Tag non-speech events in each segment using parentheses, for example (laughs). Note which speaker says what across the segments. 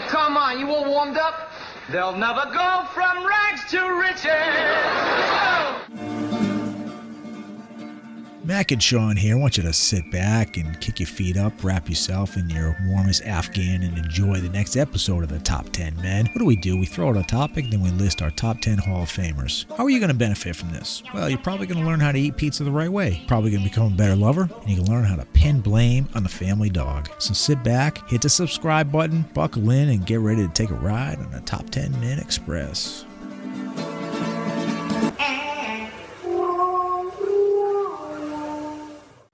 Speaker 1: Come on, you all warmed up? They'll never go from rags to riches. Oh.
Speaker 2: Mac and Sean here. I want you to sit back and kick your feet up, wrap yourself in your warmest Afghan, and enjoy the next episode of the Top 10 Men. What do we do? We throw out a topic, then we list our top 10 Hall of Famers. How are you going to benefit from this? Well, you're probably going to learn how to eat pizza the right way, probably going to become a better lover, and you can learn how to pin blame on the family dog. So sit back, hit the subscribe button, buckle in, and get ready to take a ride on the Top 10 Men Express.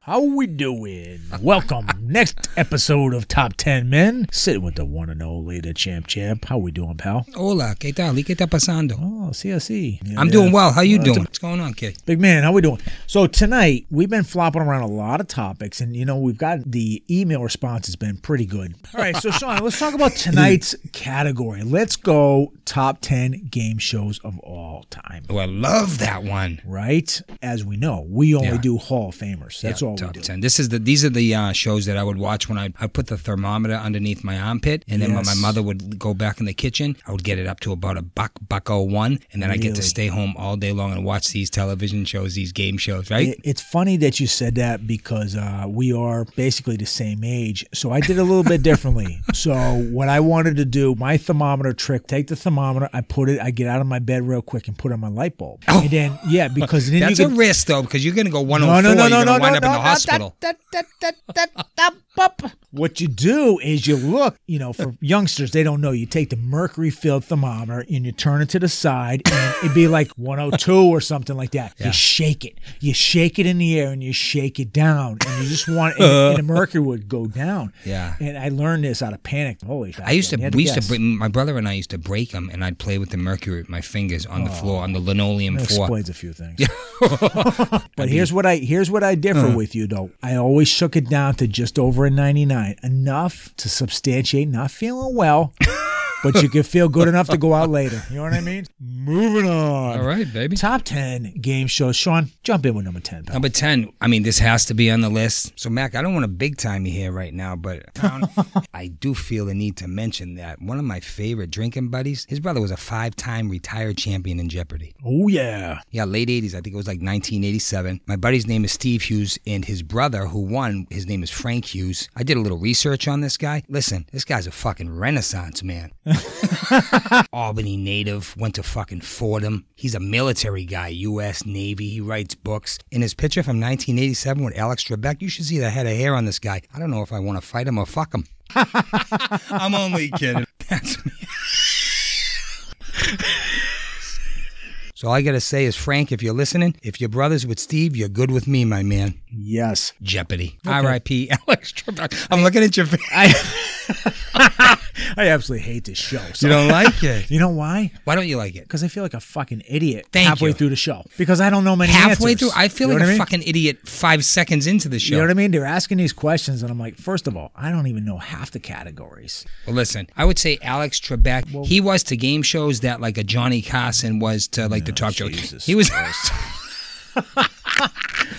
Speaker 2: How we doing?
Speaker 3: (laughs)
Speaker 2: Welcome. Next episode of Top 10 Men. Sitting with the one and only, the champ champ. How we doing, pal?
Speaker 3: Hola, ¿qué tal? ¿Y qué está pasando?
Speaker 2: Oh, see, I see. Yeah,
Speaker 3: I'm
Speaker 2: yeah.
Speaker 3: doing well. How you
Speaker 2: Well, that's
Speaker 3: doing? What's going on, kid?
Speaker 2: Big man, how we doing? So tonight, we've been flopping around a lot of topics, and, you know, we've got the email response has been pretty good. All right,
Speaker 3: (laughs)
Speaker 2: so, Sean, let's talk about tonight's category. Let's go top 10 game shows of all time.
Speaker 3: Oh, I love that one.
Speaker 2: Right? As we know, we only
Speaker 3: Yeah.
Speaker 2: do Hall of Famers. That's
Speaker 3: Yeah,
Speaker 2: all
Speaker 3: top
Speaker 2: we do.
Speaker 3: ten. This is the these are the uh, shows that I would watch when I I put the thermometer underneath my armpit, and then when my
Speaker 2: Yes.
Speaker 3: mother would go back in the kitchen, I would get it up to about a buck buck oh one, and then I get to
Speaker 2: Really?
Speaker 3: stay home all day long and watch these television shows, these game shows, right?
Speaker 2: It, it's funny that you said that because uh, we are basically the same age. So I did a little bit
Speaker 3: (laughs)
Speaker 2: differently. So what I wanted to do, my thermometer trick, take the thermometer, I put it, I get out of my bed real quick and put on my light bulb. And then, yeah, because then
Speaker 3: Oh. (laughs) That's
Speaker 2: you
Speaker 3: a
Speaker 2: can.
Speaker 3: risk though, because you're going to go one oh
Speaker 2: no,
Speaker 3: four,
Speaker 2: no, no, no,
Speaker 3: you're going to
Speaker 2: no,
Speaker 3: wind
Speaker 2: no,
Speaker 3: up in the
Speaker 2: no,
Speaker 3: hospital.
Speaker 2: that- that- that- that- that- that- bup. What you do is you look, you know,
Speaker 3: (laughs)
Speaker 2: for youngsters, they don't know. You take the mercury filled thermometer and you turn it to the side, and it'd be
Speaker 3: (laughs)
Speaker 2: like 102 or something like that. You shake it, you shake it in the air, and you shake it down, and you just want, and, and the
Speaker 3: (laughs)
Speaker 2: mercury would go down.
Speaker 3: Yeah.
Speaker 2: And I learned this out of panic. Holy!
Speaker 3: I used to,
Speaker 2: goddamn, you had
Speaker 3: we used to,
Speaker 2: guess.
Speaker 3: bring, my brother and I used to break them, and I'd play with the mercury with my fingers on the floor, on the linoleum
Speaker 2: That
Speaker 3: floor.
Speaker 2: explains a few things. (laughs)
Speaker 3: (laughs)
Speaker 2: but here's what I here's what I differ
Speaker 3: Uh-huh.
Speaker 2: with you though. I always shook it down to just over a 99, enough to substantiate not feeling
Speaker 3: (laughs)
Speaker 2: well, but you could feel good enough to go out later. You know what I mean? Moving on.
Speaker 3: All right, baby.
Speaker 2: Top 10 game shows. Sean, jump in with number 10. Pal.
Speaker 3: Number 10, I mean, this has to be on the list. So, Mac, I don't want to big time you here right now, but I do feel the need to mention that one of my favorite drinking buddies, his brother was a five time retired champion in Jeopardy.
Speaker 2: Oh yeah.
Speaker 3: Yeah, late 80s. I think it was like 1987. My buddy's name is Steve Hughes, and his brother, who won, his name is Frank Hughes. I did a little research on this guy. Listen, this guy's a fucking renaissance man. Albany native, went to fucking Fordham. He's a military guy, U.S. Navy. He writes books. In his picture from 1987 with Alex Trebek, you should see the head of hair on this guy. I don't know if I want to fight him or fuck him. I'm only kidding. That's me. So all I gotta say is, Frank, if you're listening, if your brother's with Steve, you're good with me, my man.
Speaker 2: Yes.
Speaker 3: Jeopardy. R.I.P. (laughs) Alex Trebek. I'm looking at your face. (laughs)
Speaker 2: I absolutely hate this show. So.
Speaker 3: you don't like it.
Speaker 2: You know why?
Speaker 3: Why don't you like it?
Speaker 2: Because I feel like a fucking idiot
Speaker 3: Thank
Speaker 2: halfway
Speaker 3: you.
Speaker 2: through the show. Because I don't know many
Speaker 3: Halfway
Speaker 2: answers.
Speaker 3: through, I feel
Speaker 2: You know
Speaker 3: like
Speaker 2: what
Speaker 3: a
Speaker 2: mean?
Speaker 3: fucking idiot five seconds into the show.
Speaker 2: You know what I mean? They're asking these questions, and I'm like, first of all, I don't even know half the categories.
Speaker 3: well, listen, I would say Alex Trebek. he was to game shows that like a Johnny Carson was to like the talk show.
Speaker 2: Jesus
Speaker 3: He was.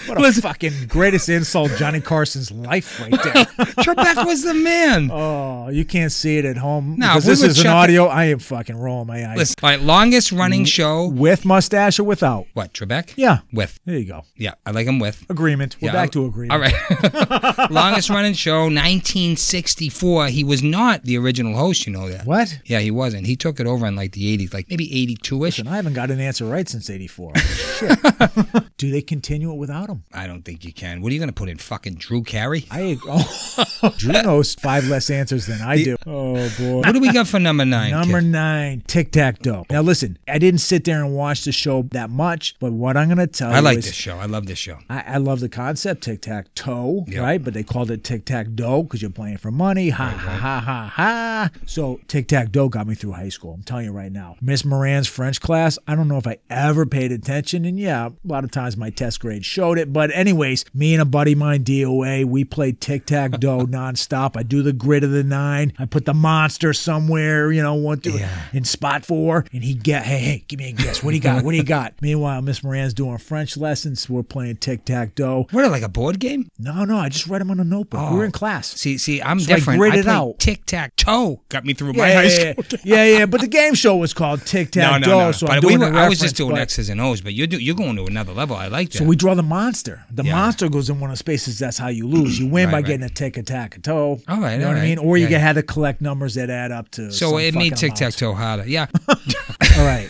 Speaker 2: What a fucking greatest insult, Johnny Carson's life, right
Speaker 3: (laughs)
Speaker 2: there.
Speaker 3: (laughs) Trebek was the man.
Speaker 2: oh, you can't see it at home
Speaker 3: No,
Speaker 2: because
Speaker 3: we
Speaker 2: this
Speaker 3: would
Speaker 2: is an
Speaker 3: check it-
Speaker 2: audio. I am fucking rolling my eyes.
Speaker 3: Listen, all right, longest running show.
Speaker 2: With mustache or without?
Speaker 3: What Trebek?
Speaker 2: Mm-hmm. Yeah.
Speaker 3: With.
Speaker 2: There you go.
Speaker 3: Yeah, I like him with.
Speaker 2: Agreement. We're
Speaker 3: Yeah,
Speaker 2: back
Speaker 3: I'll-
Speaker 2: to agreement.
Speaker 3: All right. (laughs) Longest running show, 1964. He was not the original host, you know that.
Speaker 2: What?
Speaker 3: Yeah, he wasn't. He took it over in like the 80s, like maybe 82 ish.
Speaker 2: And I haven't got an answer right since
Speaker 3: (laughs)
Speaker 2: '84. Do they continue it without him?
Speaker 3: I don't think you can. What are you going to put in? Fucking Drew Carey?
Speaker 2: I oh, (laughs)
Speaker 3: (laughs)
Speaker 2: Drew knows five less answers than I do. Oh boy.
Speaker 3: What do we got for number nine?
Speaker 2: Number
Speaker 3: kid?
Speaker 2: nine, tic tac toe. Now listen, I didn't sit there and watch the show that much, but what I'm gonna tell
Speaker 3: I
Speaker 2: you
Speaker 3: like
Speaker 2: is
Speaker 3: this show. I love this show.
Speaker 2: I, I love the concept tic tac toe,
Speaker 3: Yeah.
Speaker 2: right? But they called it tic tac dough because you're playing for money. Ha ha ha ha ha. So tic tac dough got me through high school. I'm telling you right now. Miss Moran's French class. I don't know if I ever paid attention, and yeah, a lot of times my test grade showed it, it. But anyways, me and a buddy of mine, DOA, we played tic tac (laughs) toe nonstop. I do the grid of the nine. I put the monster somewhere, you know, one two
Speaker 3: Yeah.
Speaker 2: in spot four, and he get hey hey, give me a guess. What do you got?
Speaker 3: (laughs)
Speaker 2: What do you got? Meanwhile, Miss Moran's doing French lessons. We're playing tic tac toe.
Speaker 3: What, like a board game?
Speaker 2: No, no, I just read them on a notebook. We were in class.
Speaker 3: Oh, See, see, I'm
Speaker 2: I
Speaker 3: different.
Speaker 2: grid
Speaker 3: I
Speaker 2: it
Speaker 3: play
Speaker 2: out.
Speaker 3: tic-tac-toe. Got me through my
Speaker 2: yeah,
Speaker 3: high
Speaker 2: yeah,
Speaker 3: school.
Speaker 2: yeah, yeah, yeah. But the game show was called Tic
Speaker 3: No,
Speaker 2: Tac
Speaker 3: no, no.
Speaker 2: Toe. So
Speaker 3: but
Speaker 2: I'm
Speaker 3: we
Speaker 2: doing
Speaker 3: were,
Speaker 2: the
Speaker 3: I was just
Speaker 2: reference,
Speaker 3: doing
Speaker 2: but-
Speaker 3: X's and O's, but you're, do, you're going to another level. I like that.
Speaker 2: So we draw the monster. The
Speaker 3: Yeah.
Speaker 2: monster goes in one of the spaces. That's how you lose. You win
Speaker 3: Right,
Speaker 2: by
Speaker 3: right.
Speaker 2: getting a tic tac toe.
Speaker 3: All right,
Speaker 2: you know
Speaker 3: all
Speaker 2: what I
Speaker 3: right.
Speaker 2: mean. Or
Speaker 3: Yeah,
Speaker 2: you
Speaker 3: yeah.
Speaker 2: get had to collect numbers that add up to.
Speaker 3: so
Speaker 2: some
Speaker 3: it made
Speaker 2: fucking
Speaker 3: tic
Speaker 2: amount.
Speaker 3: tac toe harder.
Speaker 2: (laughs)
Speaker 3: Yeah.
Speaker 2: All
Speaker 3: (laughs)
Speaker 2: right.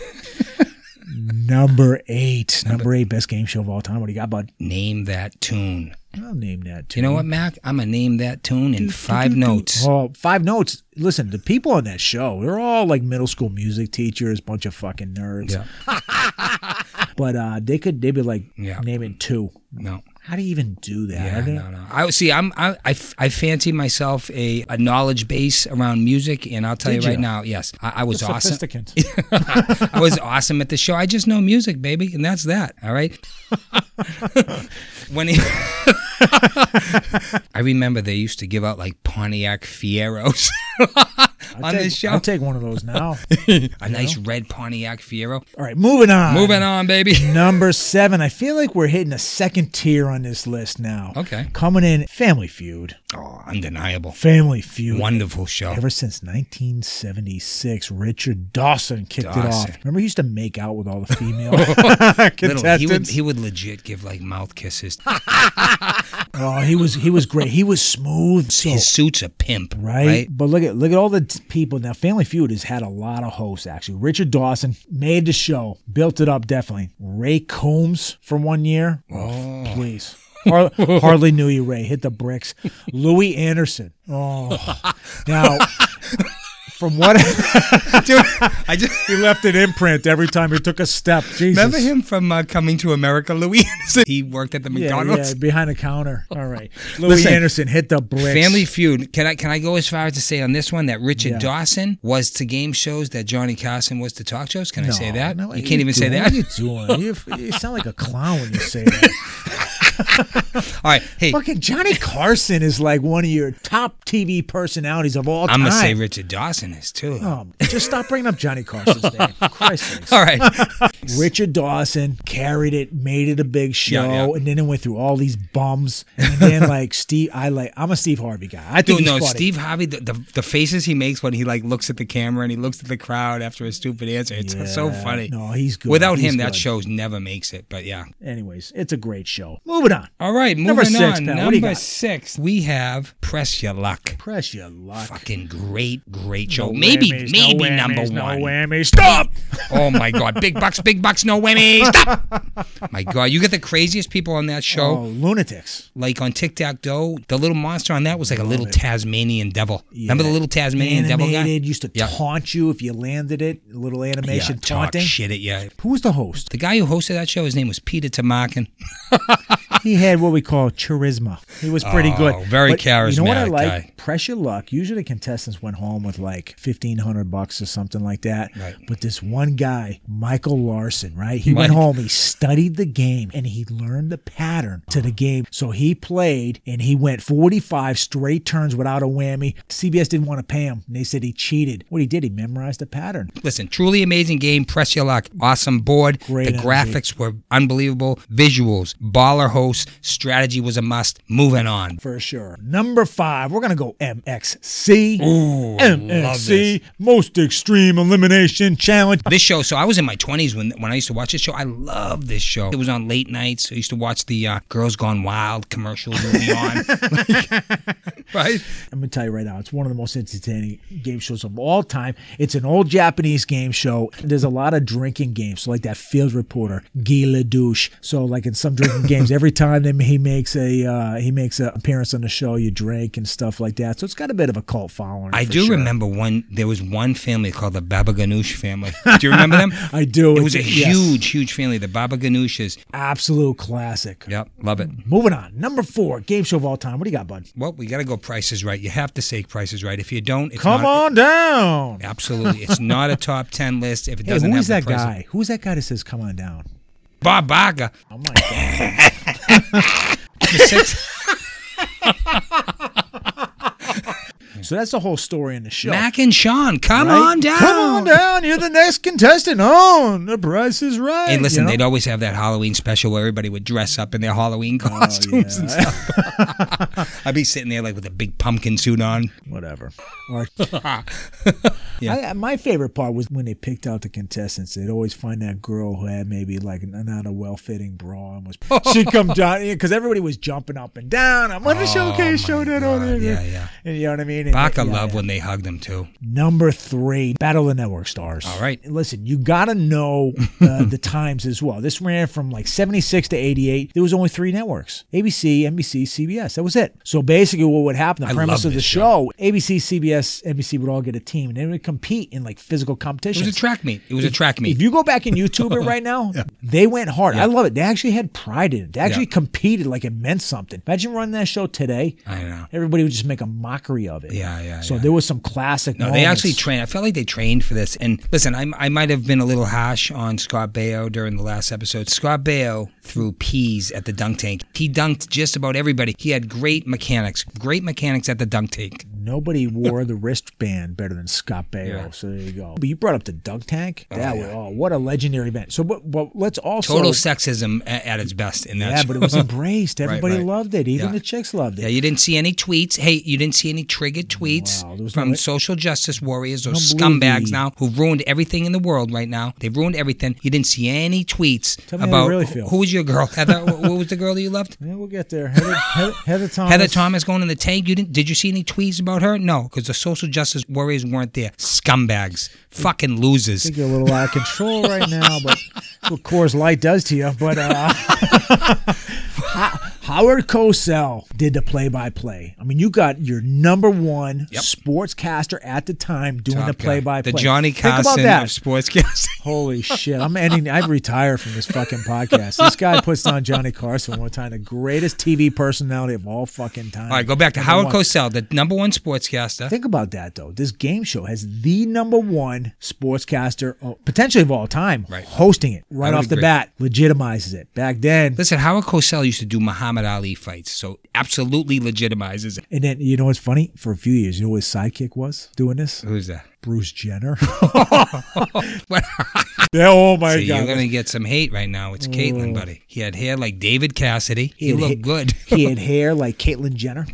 Speaker 2: Number eight. Number eight. Best game show of all time. What do you got, bud?
Speaker 3: name that tune.
Speaker 2: I'll name that. Too.
Speaker 3: You know what, Mac? I'm gonna name that tune in five notes.
Speaker 2: Oh, five notes. Listen, the people on that show, they're all like middle school music teachers, bunch of fucking nerds.
Speaker 3: Yeah.
Speaker 2: (laughs) But uh, they could, they'd be like,
Speaker 3: Yeah.
Speaker 2: name it two.
Speaker 3: No.
Speaker 2: How do you even do that?
Speaker 3: Yeah,
Speaker 2: Are they-
Speaker 3: no, no. I see. I'm. I, I, f- I fancy myself a, a knowledge base around music, and I'll tell
Speaker 2: Did
Speaker 3: you right
Speaker 2: you?
Speaker 3: now. Yes, I, I was awesome.
Speaker 2: Sophisticant.
Speaker 3: I was awesome at the show. I just know music, baby, and that's that.
Speaker 2: (laughs)
Speaker 3: All right. when he, (laughs) I remember they used to give out like
Speaker 2: (laughs)
Speaker 3: Pontiac Fieros on
Speaker 2: Take-
Speaker 3: this show.
Speaker 2: I'll take one of those now. (laughs)
Speaker 3: a nice red Pontiac Fiero.
Speaker 2: All right, moving on.
Speaker 3: Moving on, baby.
Speaker 2: (laughs) Number seven. I feel like we're hitting a second tier on this list now.
Speaker 3: Okay.
Speaker 2: Coming in, Family Feud.
Speaker 3: Oh, undeniable.
Speaker 2: Family Feud.
Speaker 3: Wonderful show.
Speaker 2: Ever since 1976, Richard Dawson kicked it
Speaker 3: Dawson.
Speaker 2: off. Remember, he used to make out with
Speaker 3: (laughs)
Speaker 2: all the female contestants.
Speaker 3: Little, he would he would legit give like mouth kisses.
Speaker 2: oh, he was he was great. He was smooth. So,
Speaker 3: His suit's a pimp,
Speaker 2: right?
Speaker 3: right?
Speaker 2: But look at look at all the t- people now. Family Feud has had a lot of hosts actually. Richard Dawson made the show, built it up definitely. Ray Combs for one year. Oh, please.
Speaker 3: (laughs)
Speaker 2: Har- hardly knew you, Ray. Hit the bricks. Louis
Speaker 3: (laughs)
Speaker 2: Anderson. Oh, now from what (laughs)
Speaker 3: Dude, (laughs) I just
Speaker 2: he left an imprint every time he took a step. Jesus.
Speaker 3: remember him from uh, Coming to America, Louis. Anderson. (laughs) he worked at the
Speaker 2: Yeah,
Speaker 3: McDonald's. (laughs)
Speaker 2: yeah, behind the counter. All right, Louis
Speaker 3: Listen,
Speaker 2: Anderson hit the bricks.
Speaker 3: Family Feud. Can I can I go as far as to say on this one that Richard
Speaker 2: Yeah.
Speaker 3: Dawson was to game shows that Johnny Carson was to talk shows? Can I say that?
Speaker 2: no, what
Speaker 3: you
Speaker 2: are
Speaker 3: can't even say
Speaker 2: doing?
Speaker 3: that.
Speaker 2: What are you doing? You, you sound like a clown when you say that.
Speaker 3: (laughs) All right,
Speaker 2: (laughs)
Speaker 3: hey,
Speaker 2: Fucking Johnny Carson is like one of your top TV personalities of all
Speaker 3: I'm
Speaker 2: time.
Speaker 3: gonna say Richard Dawson is too.
Speaker 2: Um, just stop bringing up Johnny Carson's name. For Christ's sakes.
Speaker 3: (laughs) All (laughs) right,
Speaker 2: Richard Dawson carried it, made it a big show,
Speaker 3: Yeah, yeah.
Speaker 2: and then it went through all these bums. And
Speaker 3: (laughs)
Speaker 2: then like Steve, I like I'm a Steve Harvey guy. I think
Speaker 3: dude,
Speaker 2: he's
Speaker 3: no,
Speaker 2: funny.
Speaker 3: Steve Harvey. The, the the faces he makes when he like looks at the camera and he looks at the crowd after a stupid answer. It's so
Speaker 2: Yeah.
Speaker 3: funny.
Speaker 2: No, he's good.
Speaker 3: Without
Speaker 2: He's
Speaker 3: him, that
Speaker 2: good.
Speaker 3: show never makes it. But yeah.
Speaker 2: Anyways, it's a great show. Moving on.
Speaker 3: All right, moving
Speaker 2: Number six, pal.
Speaker 3: on. Number
Speaker 2: What do you got?
Speaker 3: six, we have Press Your Luck.
Speaker 2: Press your luck.
Speaker 3: Fucking great, great show.
Speaker 2: No
Speaker 3: maybe,
Speaker 2: whammies, no
Speaker 3: maybe number
Speaker 2: whammies,
Speaker 3: one.
Speaker 2: No whammy. Stop.
Speaker 3: oh my God, big bucks, big bucks, no whammies. Stop.
Speaker 2: (laughs)
Speaker 3: my God, you get the craziest people on that
Speaker 2: Oh,
Speaker 3: show.
Speaker 2: lunatics.
Speaker 3: Like on Tic Tac Toe, the little monster on that was like a little Tasmanian devil. Remember the little Tasmanian devil guy?
Speaker 2: Animated used to
Speaker 3: Yeah.
Speaker 2: taunt you if you landed it. A little
Speaker 3: Yeah,
Speaker 2: animation
Speaker 3: talk
Speaker 2: taunting.
Speaker 3: shit at you.
Speaker 2: Who was the host?
Speaker 3: The guy who hosted that show, his name was Peter Tamarkin.
Speaker 2: He had what we call charisma. He was pretty
Speaker 3: Oh,
Speaker 2: good.
Speaker 3: very
Speaker 2: You know what I
Speaker 3: charismatic
Speaker 2: like?
Speaker 3: guy.
Speaker 2: Pressure luck. Usually the contestants went home with like fifteen hundred bucks or something like that.
Speaker 3: Right.
Speaker 2: But this one guy, Michael Larson, right? He went
Speaker 3: Mike.
Speaker 2: home. He studied the game and he learned the pattern to the game. So he played and he went forty-five straight turns without a whammy. CBS didn't want to pay him. And they said he cheated. What he did, he memorized the pattern.
Speaker 3: Listen, truly amazing game. Press your luck. Awesome board.
Speaker 2: Great
Speaker 3: the
Speaker 2: energy.
Speaker 3: graphics were unbelievable. Visuals, baller host, strategy was a must. Moving on.
Speaker 2: for sure. Number five, we're gonna go MXC.
Speaker 3: Ooh, I love this.
Speaker 2: MXC, most extreme elimination challenge.
Speaker 3: This show, so I was in my 20s when when I used to watch this show. I love this show. It was on late nights. I used to watch the uh, Girls Gone Wild commercials
Speaker 2: (laughs)
Speaker 3: and beyond. Like, (laughs) right?
Speaker 2: I'm gonna tell you right now, it's one of the most entertaining game shows of all time. It's an old Japanese game show. There's a lot of drinking games, so like that field reporter Guy Douche. So like in some drinking games, every time that he makes a uh, he makes an appearance on the show, you drink and stuff like that. So it's got a bit of a cult following.
Speaker 3: I
Speaker 2: for
Speaker 3: do
Speaker 2: sure.
Speaker 3: remember one. There was one family called the Baba Ganoush family. Do you remember them?
Speaker 2: (laughs) I do.
Speaker 3: It was a
Speaker 2: Yes.
Speaker 3: huge, huge family. The Baba Ganoushes.
Speaker 2: absolute classic.
Speaker 3: Yep, love it.
Speaker 2: Moving on, number four game show of all time. What do you got, bud?
Speaker 3: Well, we got to go prices right. You have to say prices right. If you don't, it's
Speaker 2: Come
Speaker 3: not,
Speaker 2: on down. (laughs)
Speaker 3: Absolutely, it's not a top ten list if it
Speaker 2: Hey,
Speaker 3: doesn't
Speaker 2: who
Speaker 3: have
Speaker 2: is
Speaker 3: the
Speaker 2: that
Speaker 3: prices.
Speaker 2: guy? Who is that guy that says "Come on down"?
Speaker 3: Bob Barker.
Speaker 2: Oh my god.
Speaker 3: The (laughs) six-
Speaker 2: so that's the whole story in the show.
Speaker 3: Mac and Sean, come
Speaker 2: right?
Speaker 3: on down.
Speaker 2: Come on down. You're the next contestant on The Price is Right.
Speaker 3: Hey, listen,
Speaker 2: you know?
Speaker 3: they'd always have that Halloween special where everybody would dress up in their Halloween
Speaker 2: Oh,
Speaker 3: costumes and stuff. (laughs) I'd be sitting there like with a big pumpkin suit on.
Speaker 2: Whatever. Or- (laughs) I, my favorite part was when they picked out the contestants. They'd always find that girl who had maybe like n- not a well-fitting bra (laughs) and was she'd come down because everybody was jumping up and down. I'm on the showcase, show that on
Speaker 3: God,
Speaker 2: it.
Speaker 3: yeah, yeah.
Speaker 2: And you know what I mean? And
Speaker 3: Baca
Speaker 2: yeah,
Speaker 3: loved
Speaker 2: yeah.
Speaker 3: when they hugged him too.
Speaker 2: Number three, Battle of the Network Stars.
Speaker 3: All right.
Speaker 2: Listen, you got to know
Speaker 3: (laughs)
Speaker 2: uh, the times as well. This ran from like 76 to 88. There was only three networks ABC, NBC, CBS. That was it. So basically, what would happen, the
Speaker 3: I
Speaker 2: premise
Speaker 3: love
Speaker 2: of the
Speaker 3: this
Speaker 2: show, ABC, CBS, NBC would all get a team and they would compete in like physical
Speaker 3: It
Speaker 2: competitions.
Speaker 3: was a track meet. It was a track meet.
Speaker 2: If you go back and
Speaker 3: (laughs)
Speaker 2: YouTube it right now, they went hard. I love it. They actually had pride in it. They actually
Speaker 3: Yeah.
Speaker 2: competed like it meant something. Imagine running that show today.
Speaker 3: I know.
Speaker 2: Everybody would just make a mockery of it.
Speaker 3: Yeah, yeah,
Speaker 2: So
Speaker 3: yeah.
Speaker 2: there was some classic.
Speaker 3: No, they actually trained. I felt like they trained for this. And listen, I, I might have been a little harsh on Scott Baio during the last episode. Scott Baio threw peas at the dunk tank. He dunked just about everybody. He had great mechanics, great mechanics at the dunk tank. (laughs)
Speaker 2: Nobody wore the wristband better than Scott Baio.
Speaker 3: Yeah.
Speaker 2: So there you go. But you brought up the dunk tank. that
Speaker 3: yeah.
Speaker 2: was, oh, what a legendary event. So, but, but let's also
Speaker 3: Total sexism at, at its best in that.
Speaker 2: Yeah,
Speaker 3: show.
Speaker 2: but it
Speaker 3: (laughs)
Speaker 2: was embraced. Everybody
Speaker 3: right.
Speaker 2: loved it. Even
Speaker 3: Yeah.
Speaker 2: the chicks loved it.
Speaker 3: Yeah, you didn't see any tweets. Hey, you didn't see any triggered tweets
Speaker 2: Wow, there was
Speaker 3: from
Speaker 2: no-
Speaker 3: social justice warriors or
Speaker 2: Unbelievable.
Speaker 3: scumbags now who've ruined everything in the world right now. They've ruined everything. You didn't see any tweets
Speaker 2: Tell me how you
Speaker 3: about
Speaker 2: really
Speaker 3: who-
Speaker 2: feel.
Speaker 3: who was your girl, Heather? Wh- what was the girl that you loved?
Speaker 2: Yeah, we'll get there. Heather, Heather, Heather Thomas.
Speaker 3: (laughs) Heather Thomas going in the tank. You didn't? Did you see any tweets about her? No, because the social justice warriors weren't there. Scumbags, fucking losers.
Speaker 2: think you're a little out of control right now, but that's what Coors Light does to you. But uh, (laughs) Ho- Howard Cosell did the play-by-play. I mean, you got your number one sportscaster at the time doing the
Speaker 3: Top guy.
Speaker 2: play-by-play.
Speaker 3: the Johnny
Speaker 2: Think about
Speaker 3: Carson
Speaker 2: that.
Speaker 3: of sportscasting.
Speaker 2: Holy shit! I'm ending. I've retired from this fucking podcast. This guy puts on Johnny Carson one time, the greatest TV personality of all fucking time.
Speaker 3: (laughs) All right, go back to
Speaker 2: Number
Speaker 3: Howard
Speaker 2: one.
Speaker 3: Cosell, the number one sportscaster.
Speaker 2: Think about that though. This game show has the number one sportscaster, oh, potentially of all time,
Speaker 3: Right.
Speaker 2: hosting it right
Speaker 3: would
Speaker 2: off the
Speaker 3: agree.
Speaker 2: bat, legitimizes it. Back then,
Speaker 3: Listen, Howard Cosell used to do Muhammad Ali fights, so absolutely legitimizes it.
Speaker 2: and then you know what's funny? For a few years, you know what his sidekick was doing this?
Speaker 3: Who's that?
Speaker 2: Bruce Jenner. (laughs)
Speaker 3: (laughs) What?
Speaker 2: Yeah, oh my
Speaker 3: See, you're
Speaker 2: god.
Speaker 3: going to get some hate right now. It's Caitlyn, buddy. He had hair like David Cassidy. He,
Speaker 2: had
Speaker 3: looked
Speaker 2: ha-
Speaker 3: good. (laughs)
Speaker 2: he had hair like Caitlyn Jenner.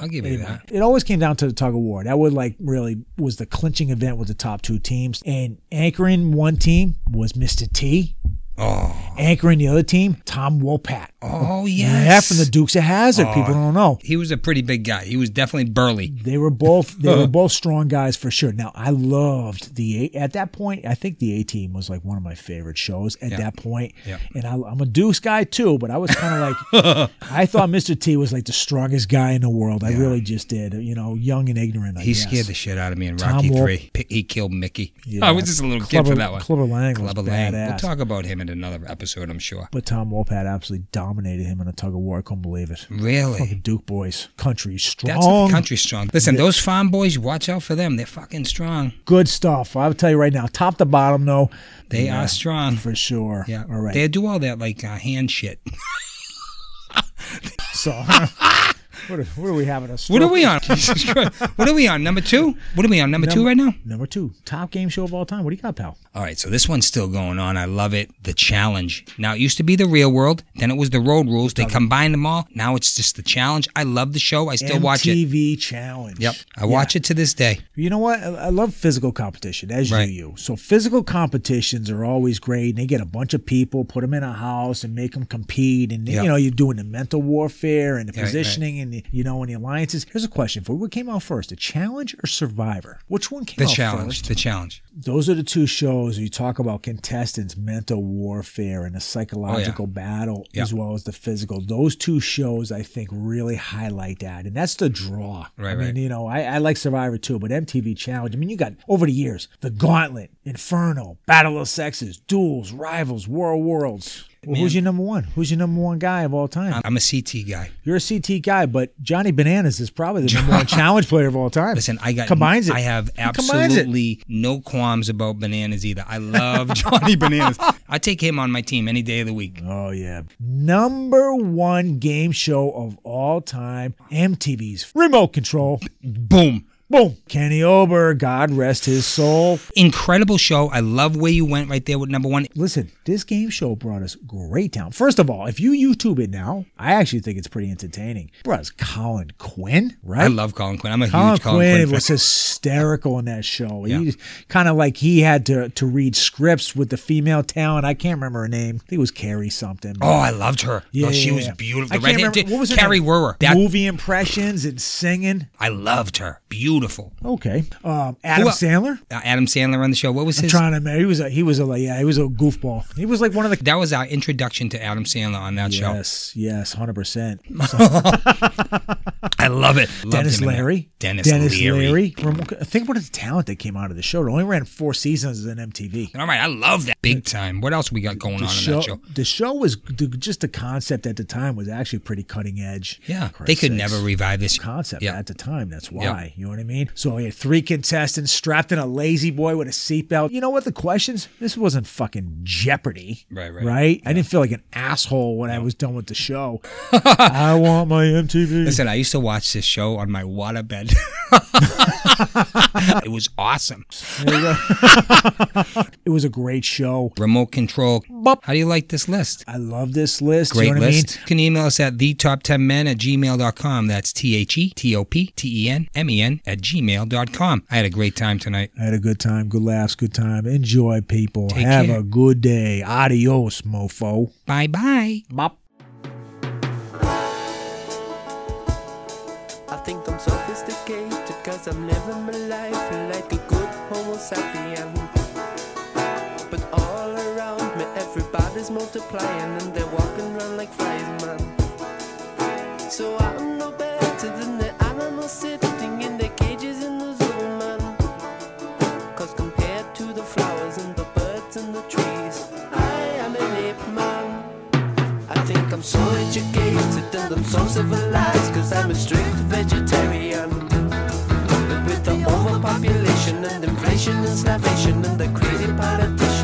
Speaker 3: I'll give you that.
Speaker 2: It always came down to the tug of war. That would like really was the clinching event with the top two teams. And anchoring one team was Mr. T.
Speaker 3: Oh,
Speaker 2: Anchoring the other team, Tom Wopat.
Speaker 3: oh
Speaker 2: Yeah,
Speaker 3: yes.
Speaker 2: from the Dukes of Hazard. People don't know.
Speaker 3: he was a pretty big guy. He was definitely burly.
Speaker 2: They were both
Speaker 3: (laughs)
Speaker 2: they were both strong guys for sure. Now I loved the A- at that point. I think the A Team was like one of my favorite shows at that point.
Speaker 3: Yeah.
Speaker 2: And I, I'm a Deuce guy too, but I was kind of
Speaker 3: (laughs)
Speaker 2: like I thought Mr. T was like the strongest guy in the world. I really just did. You know, young and ignorant. I
Speaker 3: He
Speaker 2: guess.
Speaker 3: scared the shit out of me in Rocky
Speaker 2: Wolf-
Speaker 3: Three. P- He killed Mickey. Oh, I was just a little kid
Speaker 2: Clubber-
Speaker 3: for that one.
Speaker 2: Clubber Lang was
Speaker 3: Clubber Lang. We'll
Speaker 2: badass.
Speaker 3: talk about him in another episode, I'm sure.
Speaker 2: But Tom Wopat absolutely dominated him in a tug of war. I couldn't believe it.
Speaker 3: Really?
Speaker 2: Fucking Duke boys, country strong.
Speaker 3: Mm. That's a country strong. Listen, those farm boys, watch out for them. They're fucking strong.
Speaker 2: Good stuff. I'll tell you right now, top to bottom though,
Speaker 3: They are strong.
Speaker 2: for sure.
Speaker 3: Yeah.
Speaker 2: All right.
Speaker 3: They do all that like uh, hand shit. (laughs)
Speaker 2: So, (laughs) what, are, what are we having? A
Speaker 3: What are
Speaker 2: stroke? (laughs)
Speaker 3: we on? Jesus Christ. What are we on? Number two? What are we on? Number two right now?
Speaker 2: Number two, top game show of all time. What do you got, pal?
Speaker 3: All right, so this one's still going on. I love it. The challenge. Now it used to be the real world, then it was the road rules. They combined them all. Now it's just the challenge. I love the show. I still
Speaker 2: MTV
Speaker 3: watch it.
Speaker 2: Challenge.
Speaker 3: Yep. I watch it to this day.
Speaker 2: You know what? I, I love physical competition, as
Speaker 3: Right.
Speaker 2: you do. So physical competitions are always great. And they get a bunch of people, put them in a house, and make them compete. And
Speaker 3: Yeah.
Speaker 2: you know, you're doing the mental warfare and the
Speaker 3: right, right.
Speaker 2: positioning, and the, you know, and the alliances. Here's a question for you: What came out first, the challenge or Survivor? Which one came
Speaker 3: The
Speaker 2: out
Speaker 3: challenge.
Speaker 2: first?
Speaker 3: The challenge.
Speaker 2: those are the two shows you talk about contestants' mental warfare and the psychological battle
Speaker 3: Oh, Yeah.
Speaker 2: as well as the physical. Those two shows, I think, really highlight that, and that's the draw.
Speaker 3: Right,
Speaker 2: I mean,
Speaker 3: right.
Speaker 2: you know, I, I like Survivor too, but MTV Challenge. I mean, you got over the years, The Gauntlet, Inferno, Battle of Sexes, Duels, Rivals, War of Worlds. Well, who's your number one? Who's your number one guy of all time?
Speaker 3: I'm I'm a CT guy.
Speaker 2: You're a CT guy, but Johnny Bananas is probably
Speaker 3: (laughs)
Speaker 2: the number one challenge player of all time.
Speaker 3: Listen, I got
Speaker 2: combines it.
Speaker 3: I have
Speaker 2: He combines it.
Speaker 3: absolutely no qualms about bananas either. I love (laughs) Johnny Bananas. I take him on my team any day of the week.
Speaker 2: Oh yeah, number one game show of all time. MTV's Remote Control.
Speaker 3: Boom.
Speaker 2: Boom. Kenny Ober, God rest his soul.
Speaker 3: Incredible show. I love where you went right there with number one.
Speaker 2: Listen, this game show brought us great talent. First of all, if you YouTube it now, I actually think it's pretty entertaining. Brought us Colin Quinn, right?
Speaker 3: I love Colin Quinn. I'm a
Speaker 2: Colin
Speaker 3: huge Colin
Speaker 2: Quinn,
Speaker 3: Quinn fan.
Speaker 2: was hysterical in that show.
Speaker 3: Yeah.
Speaker 2: He kind of like he had to to read scripts with the female talent. I can't remember her name. I think it was Carrie something.
Speaker 3: Oh, I loved her.
Speaker 2: Yeah,
Speaker 3: oh, she
Speaker 2: yeah,
Speaker 3: was
Speaker 2: yeah.
Speaker 3: beautiful.
Speaker 2: I
Speaker 3: The
Speaker 2: can't
Speaker 3: redhead-
Speaker 2: remember- what was her
Speaker 3: Carrie
Speaker 2: name?
Speaker 3: Werwer. That,
Speaker 2: movie impressions and singing.
Speaker 3: I loved her. Beautiful.
Speaker 2: Okay, um, Adam
Speaker 3: Who el-
Speaker 2: Sandler.
Speaker 3: Uh, Adam Sandler on the show. What was his?
Speaker 2: Trying to marry. He was a he was a like, yeah he was a goofball. He was like one of the
Speaker 3: that was our introduction to Adam Sandler on that (laughs) show.
Speaker 2: yes yes hundred percent.
Speaker 3: I love it. Loved
Speaker 2: Dennis
Speaker 3: him in that.
Speaker 2: Leary.
Speaker 3: Dennis, Leary.
Speaker 2: Remo- Think about the talent that came out of the show. It only ran four seasons on MTV.
Speaker 3: All right, I love that. Big time. What else we got going
Speaker 2: The
Speaker 3: on in
Speaker 2: show,
Speaker 3: that show?
Speaker 2: the show was the, just the concept at the time was actually pretty cutting edge.
Speaker 3: Yeah,
Speaker 2: Christ
Speaker 3: they could
Speaker 2: sakes.
Speaker 3: never revive this.
Speaker 2: concept
Speaker 3: Yeah.
Speaker 2: at the time. That's why. You know what I mean? So we had three contestants strapped in a lazy boy with a seatbelt. You know what? The questions, this wasn't fucking Jeopardy.
Speaker 3: Right, right.
Speaker 2: Right? I didn't feel like an asshole when I was done with the
Speaker 3: (laughs)
Speaker 2: show. I want my MTV.
Speaker 3: Listen, I used to watch this show on my (laughs) waterbed. it was awesome.
Speaker 2: It was a great show.
Speaker 3: Remote control.
Speaker 2: Bop.
Speaker 3: How do you like this list?
Speaker 2: I love this list.
Speaker 3: Great
Speaker 2: you know what
Speaker 3: list. You can email us at the top 10 men at gmail.com. That's T H E T O P T E N M E N at gmail.com. I had a great time tonight.
Speaker 2: I mean? I had a good time. Good laughs. Good time. Enjoy, people.
Speaker 3: Take
Speaker 2: Have
Speaker 3: care.
Speaker 2: a good day. Adios, mofo.
Speaker 3: Bye bye.
Speaker 4: I think I'm sophisticated cause I'm living my life like a good homo sapien. But all around me everybody's multiplying and they're walking around like flies, man. So I'm no better than the animals sitting in their cages in the zoo, man. Cause compared to the flowers and the birds and the trees, I am an ape man. I think I'm so educated and I'm so civilized Cause I'm a strict vegetarian But with the overpopulation and inflation and starvation And the crazy politicians